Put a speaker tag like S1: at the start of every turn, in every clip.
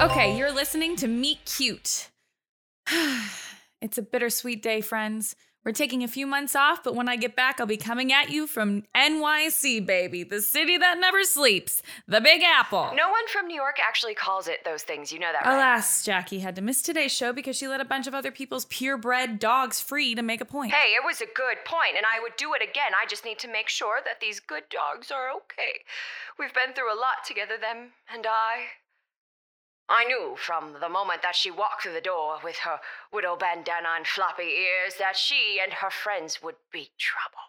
S1: Okay, you're listening to Meet Cute. it's a bittersweet day, friends. We're taking a few months off, but when I get back, I'll be coming at you from NYC, baby, the city that never sleeps, the Big Apple.
S2: No one from New York actually calls it those things. You know that, right?
S1: Alas, Jackie had to miss today's show because she let a bunch of other people's purebred dogs free to make a point.
S2: Hey, it was a good point, and I would do it again. I just need to make sure that these good dogs are okay. We've been through a lot together, them and I. I knew from the moment that she walked through the door with her widow bandana and floppy ears that she and her friends would be trouble.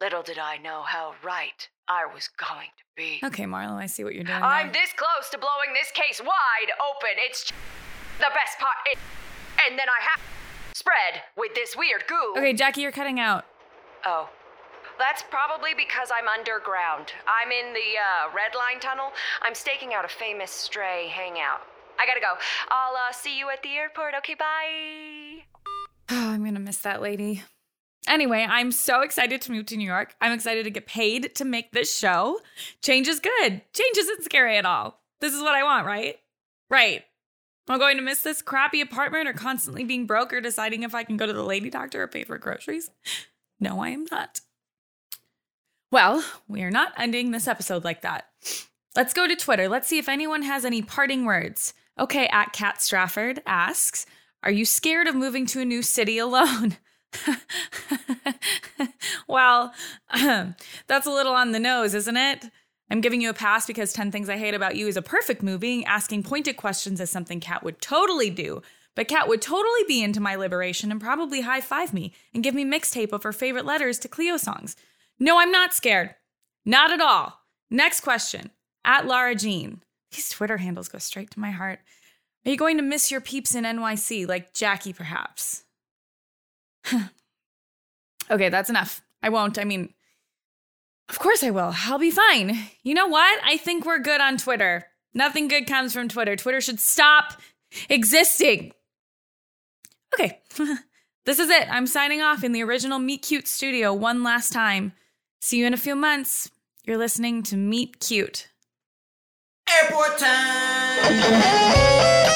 S2: Little did I know how right I was going to be.
S1: Okay, Marlo, I see what you're doing. there.
S2: I'm this close to blowing this case wide open. It's ch- the best part. It, and then I have spread with this weird goo.
S1: okay, Jackie, you're cutting out.
S2: Oh. That's probably because I'm underground. I'm in the uh, Red Line Tunnel. I'm staking out a famous stray hangout. I gotta go. I'll uh, see you at the airport. Okay, bye.
S1: Oh, I'm gonna miss that lady. Anyway, I'm so excited to move to New York. I'm excited to get paid to make this show. Change is good. Change isn't scary at all. This is what I want, right? Right. I'm going to miss this crappy apartment or constantly being broke or deciding if I can go to the lady doctor or pay for groceries. No, I am not. Well, we are not ending this episode like that. Let's go to Twitter. Let's see if anyone has any parting words. Okay, at Kat Strafford asks, Are you scared of moving to a new city alone? well, that's a little on the nose, isn't it? I'm giving you a pass because 10 Things I Hate About You is a perfect movie. and Asking pointed questions is something Kat would totally do. But Kat would totally be into my liberation and probably high five me and give me mixtape of her favorite letters to Cleo songs. No, I'm not scared. Not at all. Next question. At Lara Jean. These Twitter handles go straight to my heart. Are you going to miss your peeps in NYC, like Jackie, perhaps? okay, that's enough. I won't. I mean, of course I will. I'll be fine. You know what? I think we're good on Twitter. Nothing good comes from Twitter. Twitter should stop existing. Okay, this is it. I'm signing off in the original Meet Cute studio one last time. See you in a few months. You're listening to Meet Cute.
S3: Airport time!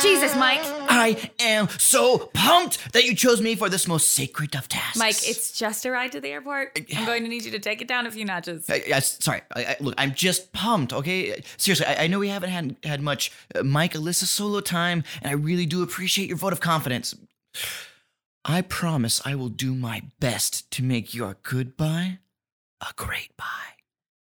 S1: Jesus, Mike.
S3: I am so pumped that you chose me for this most sacred of tasks.
S1: Mike, it's just a ride to the airport. I'm going to need you to take it down a few notches.
S3: I, I- Uh, sorry, I, I, look, I'm just pumped, okay? Seriously, I, I know we haven't had had much uh, Mike Alyssa solo time, and I really do appreciate your vote of confidence. I promise I will do my best to make your goodbye a great bye.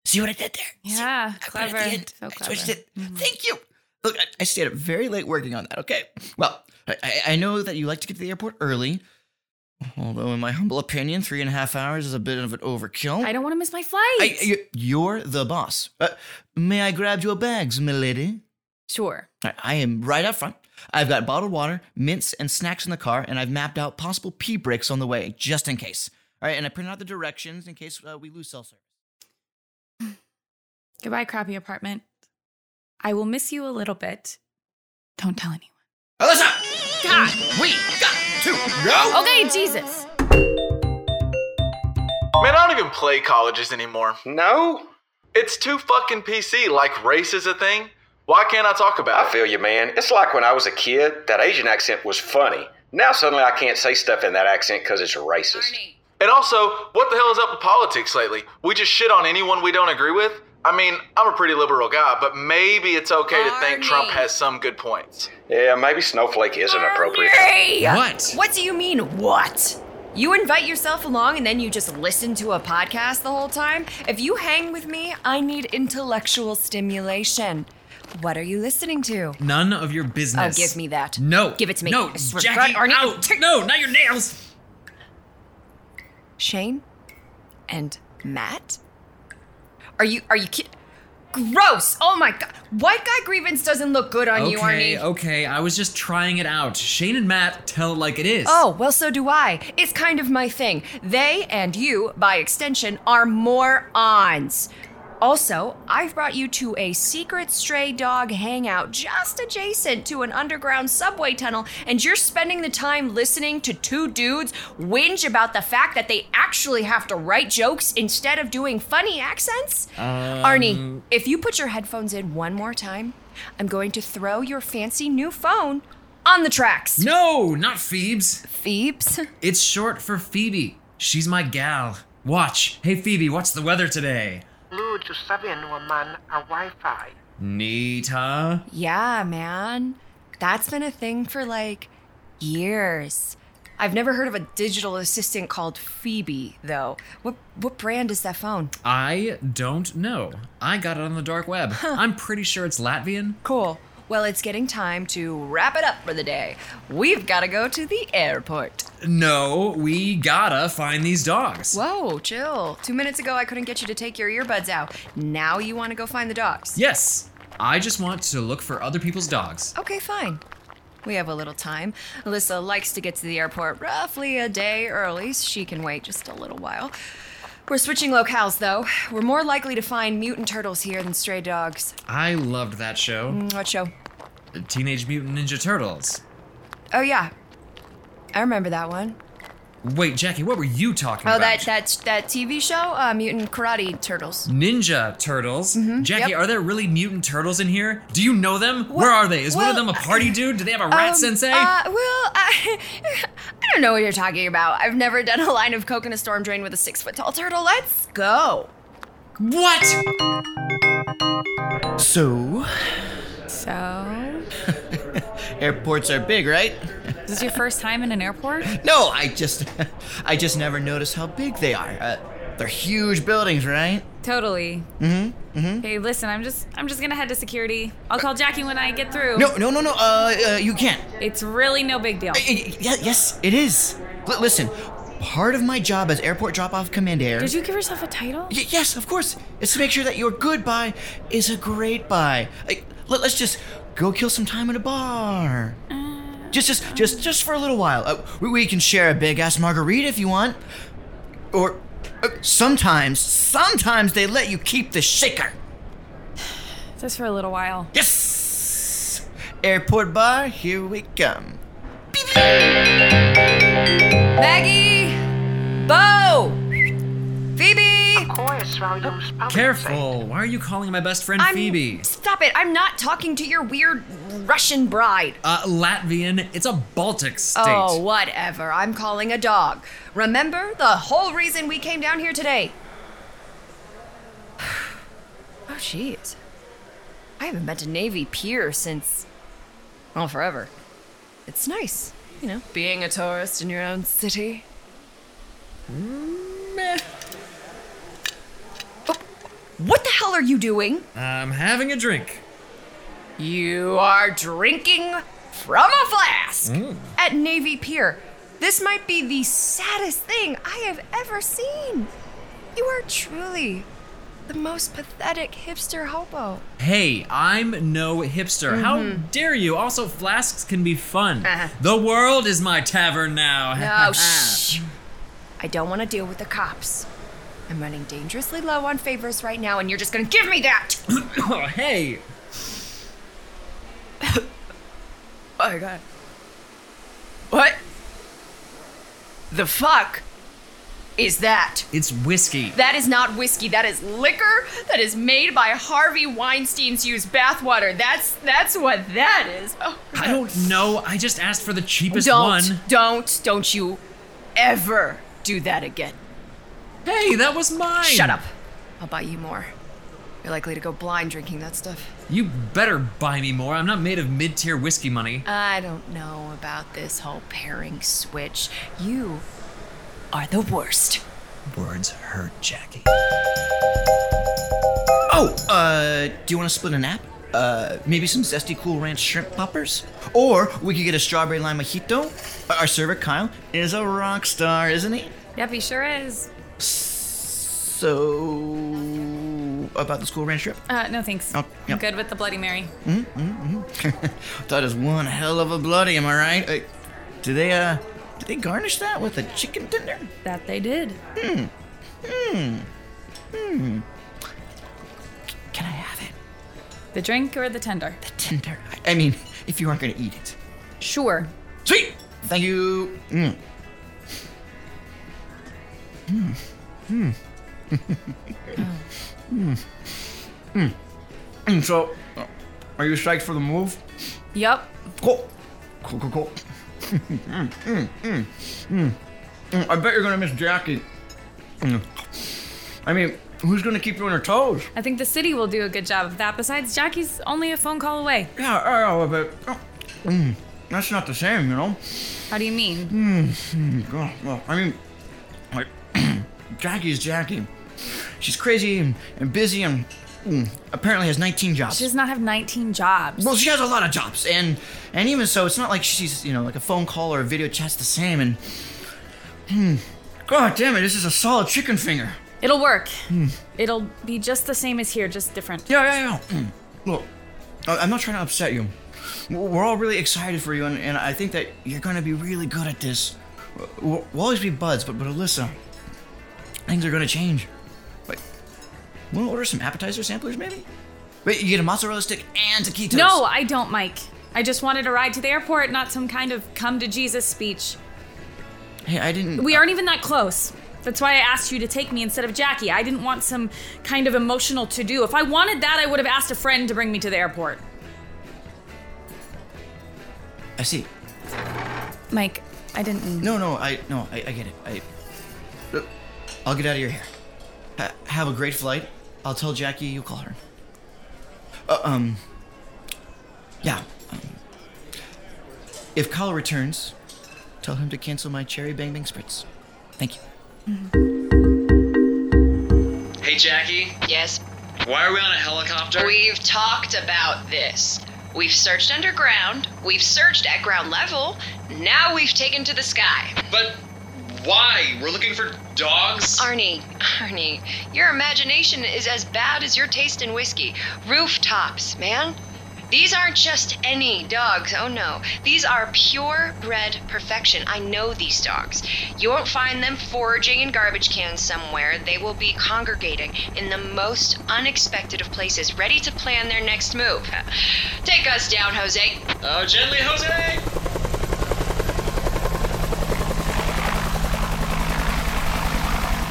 S3: See what I did there? See?
S1: Yeah,
S3: I put it at
S1: clever.
S3: the end.
S1: So
S3: I switched
S1: clever. Mm-hmm.
S3: it. Thank you. Look, I, I stayed up very late working on that. Okay. Well, I- I, I know that you like to get to the airport early, although in my humble opinion, three and a half hours is a bit of an overkill.
S1: I don't want to miss my flight.
S3: I, you- you're the boss. Uh, may I grab your bags, milady?
S1: sure.
S3: I, I am right up front. I've got bottled water, mints, and snacks in the car, and I've mapped out possible pee breaks on the way, just in case. All right, and I printed out the directions in case uh, we lose cell service.
S1: Goodbye, crappy apartment. I will miss you a little bit. Don't tell anyone.
S3: Alyssa! We got to go!
S1: Okay, Jesus.
S4: Man, I don't even play colleges anymore.
S5: No?
S4: It's too fucking PC. Like, race is a thing. Why can't I talk about
S5: I
S4: it?
S5: feel you, man. It's like when I was a kid, that Asian accent was funny. Now suddenly I can't say stuff in that accent because it's racist.
S4: And also, what the hell is up with politics lately? We just shit on anyone we don't agree with? I mean, I'm a pretty liberal guy, but maybe it's okay to think Trump has some good points.
S5: Yeah, maybe snowflake isn't appropriate.
S3: What?
S2: What do you mean, what? You invite yourself along and then you just listen to a podcast the whole time? If you hang with me, I need intellectual stimulation. What are you listening to?
S6: None of your
S2: Oh,
S6: business.
S2: give me that.
S6: No.
S2: Give it to me.
S6: No,
S2: I swear to
S6: Jackie,
S2: God, Arnie,
S6: out.
S2: take-
S6: no, not your nails.
S2: Shane and Matt? Are you are you kidding? Gross! Oh my god. White guy grievance doesn't look good on you, Arnie.
S6: Okay, okay. I was just trying it out. Shane and Matt tell it like it is.
S2: Oh, well, so do I. It's kind of my thing. They and you, by extension, are morons. Also, I've brought you to a secret stray dog hangout just adjacent to an underground subway tunnel, and you're spending the time listening to two dudes whinge about the fact that they actually have to write jokes instead of doing funny accents? Arnie, if you put your headphones in one more time, I'm going to throw your fancy new phone on the tracks.
S6: No, not Phoebes.
S2: Phoebes?
S6: It's short for Phoebe. She's my gal. Watch. Hey, Phoebe, what's the weather today?
S7: Lu to sabian woman a Wi-Fi.
S6: Nita.
S2: Yeah, man. That's been a thing for like years. I've never heard of a digital assistant called Phoebe, though. What what brand is that phone?
S6: I don't know. I got it on the dark web. I'm pretty sure it's Latvian.
S2: Cool. Well, it's getting time to wrap it up for the day. We've got to go to the airport.
S6: No, we gotta find these dogs.
S2: Whoa, chill. Two minutes ago, I couldn't get you to take your earbuds out. Now you want to go find the dogs.
S6: Yes, I just want to look for other people's dogs.
S2: Okay, fine. We have a little time. Alyssa likes to get to the airport roughly a day early. so She can wait just a little while. We're switching locales, though. We're more likely to find mutant turtles here than stray dogs.
S6: I loved that show,
S2: Mm, What show?
S6: Teenage Mutant Ninja Turtles.
S2: Oh, yeah. I remember that one.
S6: Wait, Jackie, what were you talking
S2: Oh,
S6: about?
S2: that, that, that TV show? Uh, mutant Karate Turtles.
S6: Ninja turtles. Jackie,
S2: Mm-hmm, yep.
S6: are there really mutant turtles in here? Do you know them? Where are they? Is one of
S2: well,
S6: them a party dude? Do they have a rat
S2: Um, Uh,
S6: sensei?
S2: well, I, I don't know what you're talking about. I've never done a line of coke in a storm drain with a six foot tall turtle. Let's go.
S6: what?
S3: So,
S1: So,
S3: airports are big, right?
S1: is this your first time in an airport?
S3: No, I just, I just never noticed how big they are. Uh, they're huge buildings, right?
S1: Totally. Mm-hmm. Hey, listen, I'm just I'm just gonna head to security. I'll call Jackie when I get through.
S3: No, no, no, no. Uh, uh you can't.
S1: It's really no big deal.
S3: Y- y- y- yes, it is. L- listen, part of my job as airport drop-off commander.
S1: Did you give yourself a title?
S3: Y- yes, of course. It's to make sure that your goodbye is a great bye. I- let- let's just go kill some time at a bar. Just, just, just, just for a little while. Uh, we, we can share a big ass margarita if you want. Or uh, sometimes, sometimes they let you keep the shaker.
S1: Just for a little while.
S3: Yes. Airport bar, here we come.
S2: Maggie, Bo, Phoebe.
S7: Koes valjums palīdzēt.
S6: Careful. Why are you calling my best friend
S2: I'm-
S6: Oh, Phoebe?
S2: Stop it. I'm not talking to your weird Russian bride.
S6: Uh, Latvian. It's a Baltic state.
S2: Oh, whatever. I'm calling a dog. Remember the whole reason we came down here today? Oh, jeez. I haven't been to Navy Pier since. Well, forever. It's nice, you know, being a tourist in your own city. Oh, What the hell are you doing?
S6: I'm having a drink.
S2: You are drinking from a flask at Navy Pier. This might be the saddest thing I have ever seen. You are truly the most pathetic hipster hobo.
S6: Hey, I'm no hipster. How
S2: Mm-hmm.
S6: dare you? Also, flasks can be fun. The world is my tavern now.
S2: Uh-huh. No, shh. I don't want to deal with the cops. I'm running dangerously low on favors right now, and you're just gonna give me that.
S6: Oh, hey.
S2: Oh my god. What? The fuck is that?
S6: It's whiskey.
S2: That is not whiskey. That is liquor that is made by Harvey Weinstein's used bathwater. That's that's what that is. Oh,
S6: I don't know. I just asked for the cheapest
S2: don't,
S6: one.
S2: don't, don't you ever do that again.
S6: Hey, that was mine.
S2: Shut up. I'll buy you more. You're likely to go blind drinking that stuff.
S6: You better buy me more. I'm not made of mid tier whiskey money.
S8: Uh,
S2: I don't know about this whole pairing switch. You are the worst.
S6: Words hurt, Jackie.
S3: Oh, uh, do you want to split a nap? Uh, maybe some zesty cool ranch shrimp poppers? Or we could get a strawberry lime mojito. Our server, Kyle, is a rock star, isn't he?
S1: Yep, he sure is.
S3: So, about the school ranch trip?
S1: Uh, no thanks.
S3: Oh,
S1: I'm
S3: yep.
S1: good with the Bloody Mary.
S3: that is one hell of a bloody, am I right? Uh, do they, uh, do they garnish that with a chicken tender? Hmm.
S1: That they did. The drink or the tender?
S3: The tender. I, I mean, if you aren't gonna eat it.
S1: Sure.
S3: Sweet. Thank you. Mm. Hmm. Mm. Hmm. Hmm. Hmm. Hmm. Mm. So, uh, are you psyched for the move?
S1: Yup.
S3: Cool. Cool. Cool. Cool. Mm, mm, mm, mm, mm. I bet you're gonna miss Jackie. Mm. I mean, who's gonna keep you on your toes?
S1: I think the city will do a good job of that. Besides, Jackie's only a phone call away.
S3: Yeah, I know, but oh, mm, that's not the same, you know.
S1: How do you mean?
S3: Mm, God, well, I mean, like, Jackie's Jackie. She's crazy and, and busy and mm, apparently has 19 jobs.
S1: She does not have 19 jobs.
S3: well, she has a lot of jobs, and and even so, it's not like she's you know like a phone call or a video chat's the same. And hmm, God damn it, this is a solid chicken finger.
S1: It'll work. It'll be just the same as here, just different.
S3: Hmm. Yeah, yeah, yeah. Mm. Look, I- I'm not trying to upset you. W- We're all really excited for you, and, and I think that you're gonna be really good at this. W- We'll, we'll always be buds, but but Alyssa, things are gonna change. Wait, wanna order some appetizer samplers, maybe? Wait, you get a mozzarella stick and taquitos.
S1: No, I don't, Mike. I just wanted a ride to the airport, not some kind of come to Jesus speech.
S3: Hey, I didn't.
S1: We aren't even that close. That's why I asked you to take me instead of Jackie. I didn't want some kind of emotional to do. If I wanted that, I would have asked a friend to bring me to the airport.
S3: I see.
S1: Mike, I didn't mean.
S3: No, no, I no, I, I get it. I, Look, I'll get out of your hair. Ha- have a great flight. I'll tell Jackie you call her. Uh, um. Yeah. Um, if Kyle returns, tell him to cancel my cherry bang bang spritz. Thank you.
S9: Hey, Jackie,
S2: Yes,
S9: why are we on a helicopter?
S2: We've talked about this. We've searched underground, we've searched at ground level, now we've taken to the sky.
S9: But why? We're looking for dogs?
S2: Arnie, Arnie, your imagination is as bad as your taste in whiskey. Rooftops, man. These aren't just any dogs, oh no. These are purebred perfection. I know these dogs. You won't find them foraging in garbage cans somewhere. They will be congregating in the most unexpected of places, ready to plan their next move. Take us down, Jose.
S9: Oh, gently, Jose!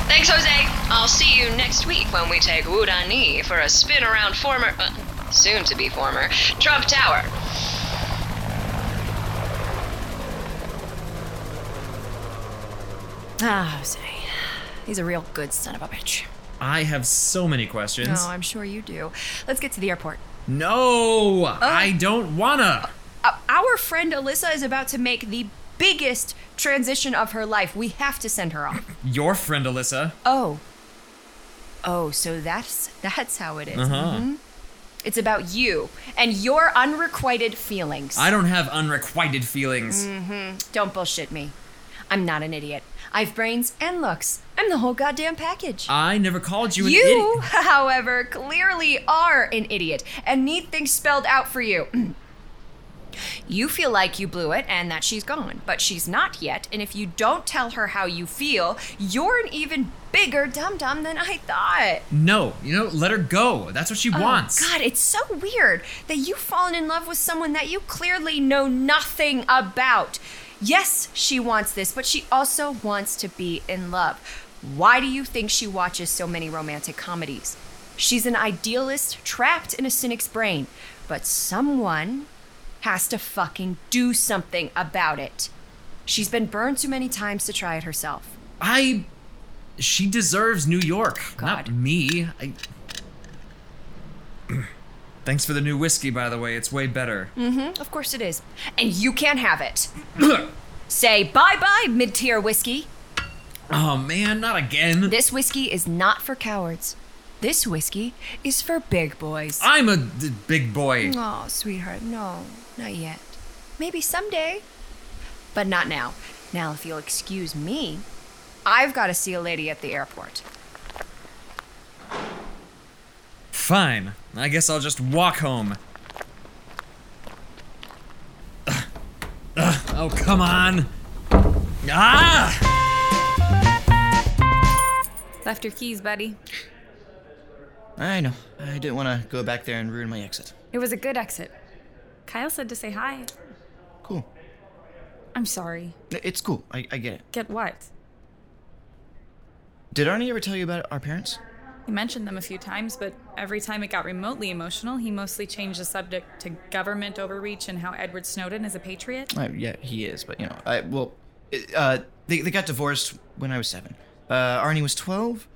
S2: Thanks, Jose. I'll see you next week when we take Wudani for a spin around former, uh, soon to be former, Trump Tower.
S8: Ah, Jose. He's a real good son of a bitch.
S6: I have so many questions.
S8: No, Oh, I'm sure you do. Let's get to the airport.
S6: No, I don't wanna.
S8: Uh, our friend Alyssa is about to make the biggest transition of her life. We have to send her off.
S6: Your friend Alyssa.
S8: Oh. Oh, so that's that's how it is.
S6: Uh-huh.
S8: Mhm. It's about you and your unrequited feelings.
S6: I don't have unrequited feelings.
S8: Don't bullshit me. I'm not an idiot. I've brains and looks. I'm the whole goddamn package.
S6: I never called Uh, you an
S8: you,
S6: idiot.
S8: however, clearly are an idiot and need things spelled out for you. You feel like you blew it and that she's gone, but she's not yet. And if you don't tell her how you feel, you're an even bigger dum dum than I thought.
S6: No, you know, let her go. That's what she wants.
S8: Oh, God, it's so weird that you've fallen in love with someone that you clearly know nothing about. Yes, she wants this, but she also wants to be in love. Why do you think she watches so many romantic comedies? She's an idealist trapped in a cynic's brain, but someone has to fucking do something about it. She's been burned too many times to try it herself.
S6: I. She deserves New York, not
S8: God.
S6: me. I. Thanks for the new whiskey, by the way. It's way better.
S8: Of course it is. And you can't have it. Say bye bye, mid tier whiskey.
S6: Oh man, not again.
S8: This whiskey is not for cowards. This whiskey is for big boys.
S6: I'm a d- big boy.
S8: Oh, sweetheart, no, not yet. Maybe someday, but not now. Now, if you'll excuse me, I've got to see a lady at the airport.
S6: Fine. I guess I'll just walk home. Ugh. Ugh. Oh, come on. Ah!
S1: Left your keys, buddy.
S3: I know. I didn't want to go back there and ruin my exit.
S1: It was a good exit. Kyle said to say hi.
S3: Cool.
S1: I'm sorry.
S3: It's cool. I, I get it.
S1: Get what?
S3: Did Arnie ever tell you about our parents?
S1: He mentioned them a few times, but every time it got remotely emotional, he mostly changed the subject to government overreach and how Edward Snowden is a patriot.
S3: Uh, yeah, he is, but you know, I well, it- uh, they they got divorced when I was seven. Uh, Arnie was twelve.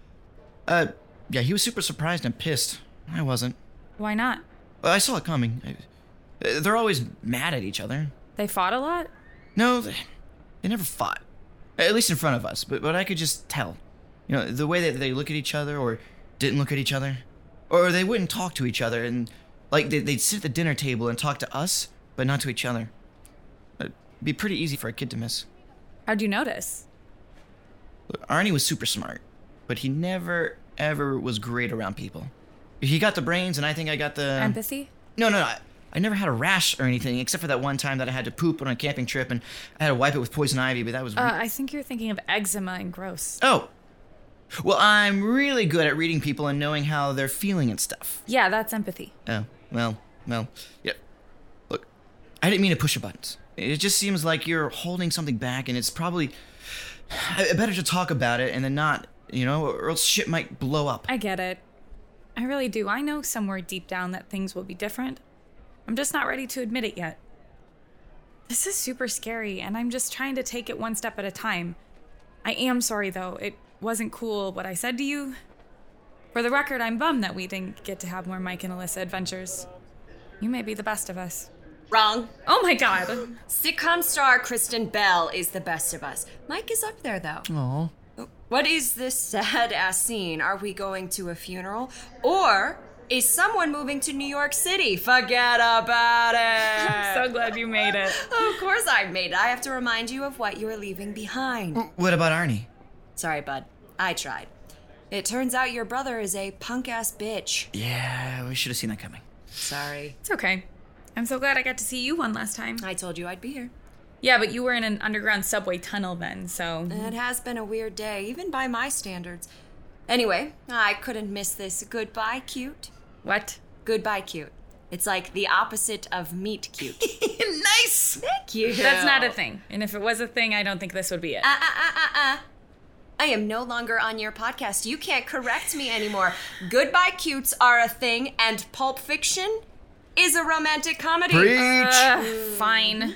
S3: Uh, yeah, he was super surprised and pissed. I wasn't.
S1: Why not?
S3: Well, I saw it coming. I, uh, they're always mad at each other.
S1: They fought a lot?
S3: No, they, they never fought. At least in front of us. But but I could just tell. You know, the way that they look at each other or didn't look at each other, or they wouldn't talk to each other, and like they, they'd sit at the dinner table and talk to us, but not to each other. It'd be pretty easy for a kid to miss.
S1: How'd you notice?
S3: Look, Arnie was super smart, but he never ever was great around people. He got the brains, and I think I got the
S1: Empathy?
S3: No, no, no. I, I never had a rash or anything, except for that one time that I had to poop on a camping trip, and I had to wipe it with poison ivy. But that was
S1: Uh, I think you're thinking of eczema and gross.
S3: oh. Well, I'm really good at reading people and knowing how they're feeling and stuff.
S1: Yeah, that's empathy.
S3: Oh, well, well, yeah. Look, I didn't mean to push your buttons. It just seems like you're holding something back, and it's probably I- better to talk about it and then not, you know, or else shit might blow up.
S1: I get it. I really do. I know somewhere deep down that things will be different. I'm just not ready to admit it yet. This is super scary, and I'm just trying to take it one step at a time. I am sorry, though. It wasn't cool what I said to you. For the record, I'm bummed that we didn't get to have more Mike and Alyssa adventures. You may be the best of us.
S10: Wrong.
S1: Oh my god!
S10: Sitcom star Kristen Bell is the best of us. Mike is up there, though.
S3: Aw.
S10: What is this sad ass scene? Are we going to a funeral? Or is someone moving to New York City? Forget about it.
S1: so glad you made it.
S10: of course I made it. I have to remind you of what you are leaving behind.
S3: What about Arnie?
S10: Sorry, bud. I tried. It turns out your brother is a punk ass bitch.
S3: Yeah, we should have seen that coming.
S10: Sorry.
S1: It's okay. I'm so glad I got to see you one last time.
S10: I told you I'd be here.
S1: Yeah, but you were in an underground subway tunnel then, so.
S10: It has been a weird day, even by my standards. Anyway, I couldn't miss this goodbye cute.
S1: What?
S10: Goodbye cute. It's like the opposite of meet cute.
S3: nice.
S10: Thank you.
S1: That's not a thing. And if it was a thing, I don't think this would be it.
S10: Uh, uh, uh, uh, uh. I am no longer on your podcast. You can't correct me anymore. Goodbye cutes are a thing, and Pulp Fiction is a romantic comedy.
S3: Uh.
S1: Ugh, fine.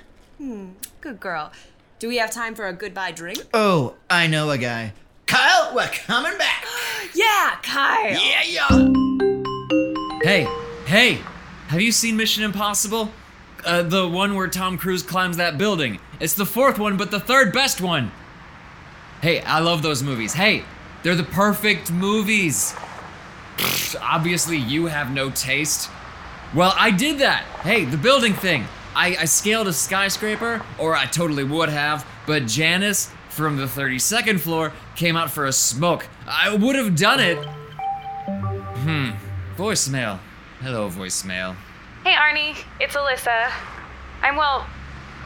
S10: Good girl. Do we have time for a goodbye drink?
S3: Oh, I know a guy. Kyle, we're coming back.
S10: Yeah, Kyle.
S3: Yeah, yeah.
S6: Hey, hey, have you seen Mission Impossible? Uh, the one where Tom Cruise climbs that building. It's the fourth one, but the third best one. Hey, I love those movies. Hey, they're the perfect movies. Pfft, Obviously, you have no taste. Well, I did that. Hey, the building thing. I, I scaled a skyscraper, or I totally would have, but Janice from the 32nd floor came out for a smoke. I would have done it. Hmm. Voicemail. Hello, voicemail.
S1: Hey, Arnie. It's Alyssa. I'm well.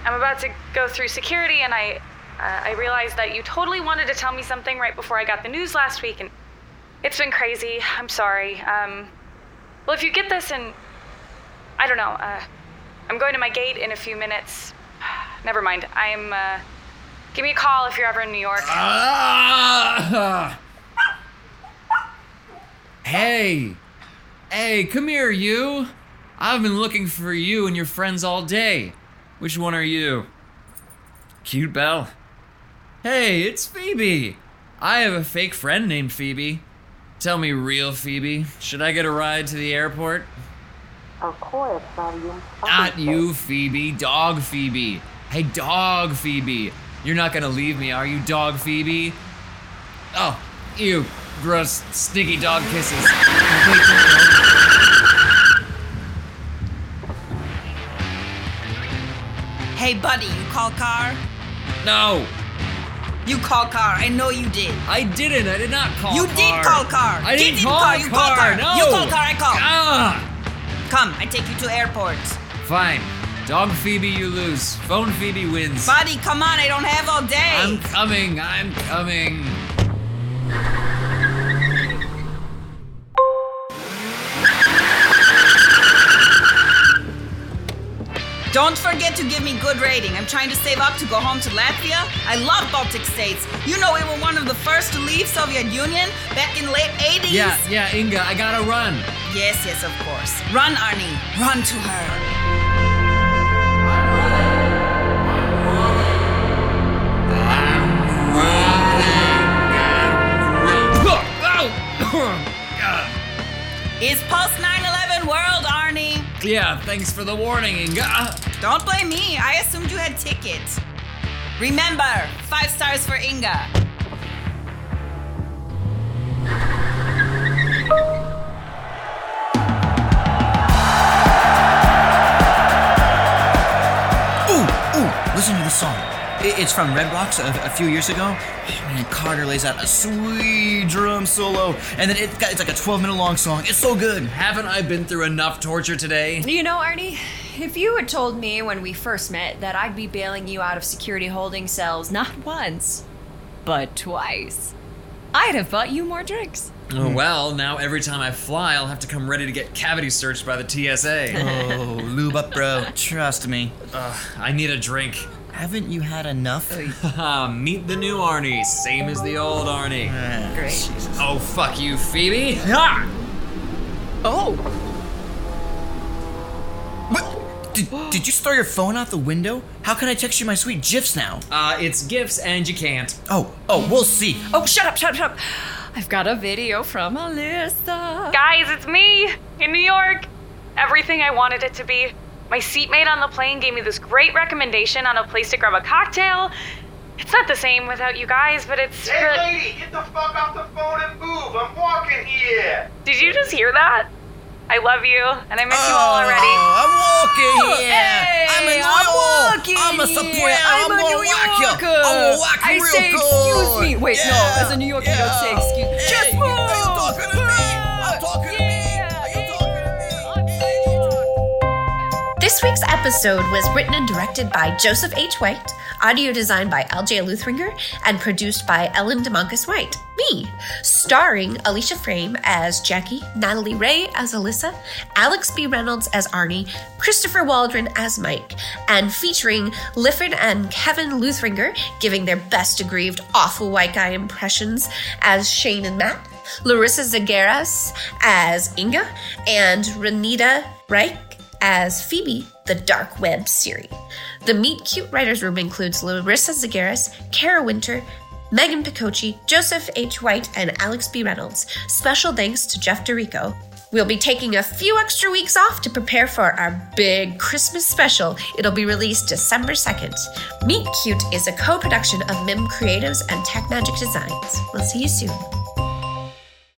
S1: I'm about to go through security, and I, uh, I realized that you totally wanted to tell me something right before I got the news last week, and it's been crazy. I'm sorry. Um, well, if you get this, and I don't know. Uh, I'm going to my gate in a few minutes. Never mind. I'm. Uh, give me a call if you're ever in New York.
S6: Ah! Hey! Hey, come here, you! I've been looking for you and your friends all day. Which one are you? Cute Belle. Hey, it's Phoebe! I have a fake friend named Phoebe. Tell me, real Phoebe, should I get a ride to the airport?
S7: Of course, volume.
S6: Not you, Phoebe. Dog Phoebe. Hey, dog Phoebe. You're not gonna leave me, are you, dog Phoebe? Oh, you gross, sticky dog kisses.
S11: Hey, buddy, you call car?
S6: No,
S11: You call car. I know you did.
S6: I didn't. I did not call.
S11: You did call car.
S6: I
S11: You
S6: didn't
S11: did
S6: call,
S11: call, you call
S6: car.
S11: car.
S6: No.
S11: You call car, I call.
S6: Ah,
S11: Come, I take you to airport.
S6: fine. Dog Phoebe, you lose. Phone Phoebe wins.
S11: Buddy, come on, I don't have all day.
S6: I'm coming. I'm coming.
S8: Don't forget to give me good rating. I'm trying to save up to go home to Latvia. I love Baltic states. You know we were one of the first to leave Soviet Union back in late 80s.
S6: Yeah, yeah, Inga, I gotta run.
S8: Yes, yes, of course. Run, Arnie. Run to her. It's post 9 11 world, Arnie.
S6: Yeah, thanks for the warning, Inga. Ah,
S8: Don't blame me. I assumed you had tickets. Remember, five stars for Inga.
S3: Ooh, ooh, listen to this song. I- It's from Red Rocks a, a few years ago. And Carter lays out a sweet drum solo, and then it got, it's like a 12 minute long song. It's so good.
S6: Haven't I been through enough torture today?
S2: You know, Arnie, if you had told me when we first met that I'd be bailing you out of security holding cells not once, but twice, I'd have bought you more drinks.
S6: Oh, well, now every time I fly, I'll have to come ready to get cavity searched by the TSA.
S3: Oh, lube up, bro. Trust me.
S6: Ugh, I need a drink.
S3: Haven't you had enough?
S6: Haha, Meet the new Arnie, same as the old Arnie.
S2: Great.
S6: Oh, fuck you, Phoebe.
S3: Ah!
S2: Oh!
S3: Did, did you throw your phone out the window? How can I text you my sweet gifs now?
S6: Uh, it's gifts and you can't.
S3: Oh, oh, we'll see.
S2: Oh, shut up, shut up, shut up. I've got a video from Alyssa.
S1: Guys, it's me in New York. Everything I wanted it to be. My seatmate on the plane gave me this great recommendation on a place to grab a cocktail. It's not the same without you guys, but it's.
S4: Hey,
S1: really-
S4: lady, get the fuck off the phone and move. I'm walking here.
S1: Did you just hear that? I love you, and I miss you all
S12: Oh.
S1: already.
S3: Oh, I'm walking here. I'm in
S2: Oh, I'm walking
S3: New York. I'm a
S2: here.
S3: soprano. I'm,
S2: I'm a
S3: gonna
S2: New
S3: walk you.
S2: Yorker.
S3: I'm a walk you
S2: I
S3: real
S2: say excuse
S3: good.
S2: me. Wait, no,
S3: Yeah.
S2: as a New Yorker, you don't say excuse-
S3: Hey,
S2: Just
S3: Are you
S2: move.
S3: talking to me? I'm talking to me. Are you talking to me?
S12: This week's episode was written and directed by Joseph H. White, audio designed by LJ Luthringer, and produced by Ellen DeMoncus White, me, starring Alicia Frame as Jackie, Natalie Ray as Alyssa, Alex B. Reynolds as Arnie, Christopher Waldron as Mike, and featuring Lifford and Kevin Luthringer giving their best aggrieved awful white guy impressions as Shane and Matt, Larissa Zagueras as Inga, and Renita Reich as Phoebe, the Dark Web Siri. The Meet Cute Writers Room includes Larissa Zagaris, Kara Winter, Megan Picocci, Joseph H. White, and Alex B. Reynolds. Special thanks to Jeff DeRico. We'll be taking a few extra weeks off to prepare for our big Christmas special. It'll be released December 2nd. Meet Cute is a co production of MIM Creatives and Tech Magic Designs. We'll see you soon.